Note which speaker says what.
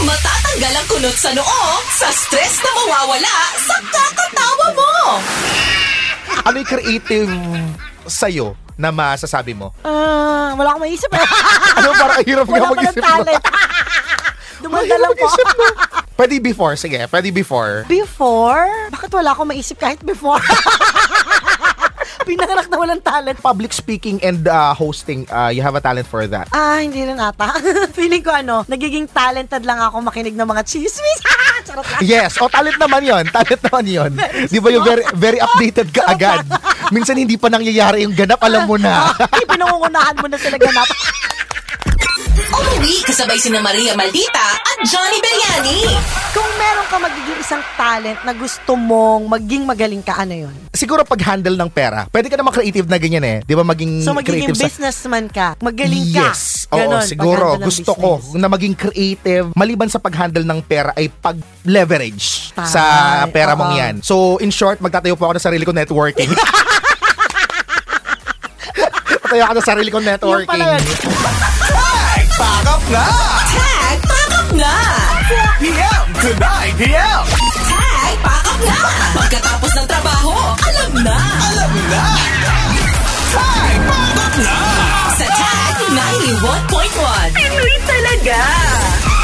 Speaker 1: Tanggal ang kunot sa noo sa stress na mawawala sa kakatawa mo.
Speaker 2: Ano yung creative sa'yo na masasabi mo?
Speaker 3: Ah, wala akong maisip eh.
Speaker 2: Ano parang hirap nga
Speaker 3: wala pa ng
Speaker 2: mag-isip na.
Speaker 3: talent.
Speaker 2: Hirap
Speaker 3: Dumadalang po.
Speaker 2: mag-isip na. Pwede before, sige. Pwede before.
Speaker 3: Before? Bakit wala akong maisip kahit before? Pinanganak na walang talent.
Speaker 2: Public speaking and uh, hosting, uh, you have a talent for that.
Speaker 3: Ah, hindi rin ata. Feeling ko ano, nagiging talented lang ako makinig ng mga chismis. Ah, Charot lang.
Speaker 2: Yes, o talent naman yon, talent naman yon. Di ba yung very, very updated ka agad? Minsan hindi pa nangyayari yung ganap, alam mo na.
Speaker 3: Ay, pinangungunahan mo na sila ganap.
Speaker 1: Umuwi kasabay si Maria Maldita at Johnny Belliani.
Speaker 3: Kung meron ka magiging isang talent na gusto mong maging magaling ka, ano yun?
Speaker 2: Siguro pag-handle ng pera, pwede ka naman creative na ganyan eh. Di ba maging
Speaker 3: So, magiging
Speaker 2: creative sa...
Speaker 3: businessman ka. Magaling ka.
Speaker 2: Yes. Oo,
Speaker 3: Ganon,
Speaker 2: siguro.
Speaker 3: paghanda ng
Speaker 2: Gusto
Speaker 3: business.
Speaker 2: ko na maging creative. Maliban sa pag-handle ng pera ay pag-leverage
Speaker 3: Tama.
Speaker 2: sa pera mong
Speaker 3: Oo.
Speaker 2: yan. So, in short, magtatayo po ako ng sarili ko networking. Tatayo ako ng sarili ko
Speaker 3: Yun
Speaker 2: networking.
Speaker 3: pala yun.
Speaker 4: Pack up na!
Speaker 1: Tag, pack up na!
Speaker 4: 4 p.m. to 9 p.m.
Speaker 1: Tag, pack up na! Pagkatapos ng trabaho, alam na!
Speaker 4: Alam na! Tag! Pack up na!
Speaker 1: Sa Tag 91.1. Pinoy talaga!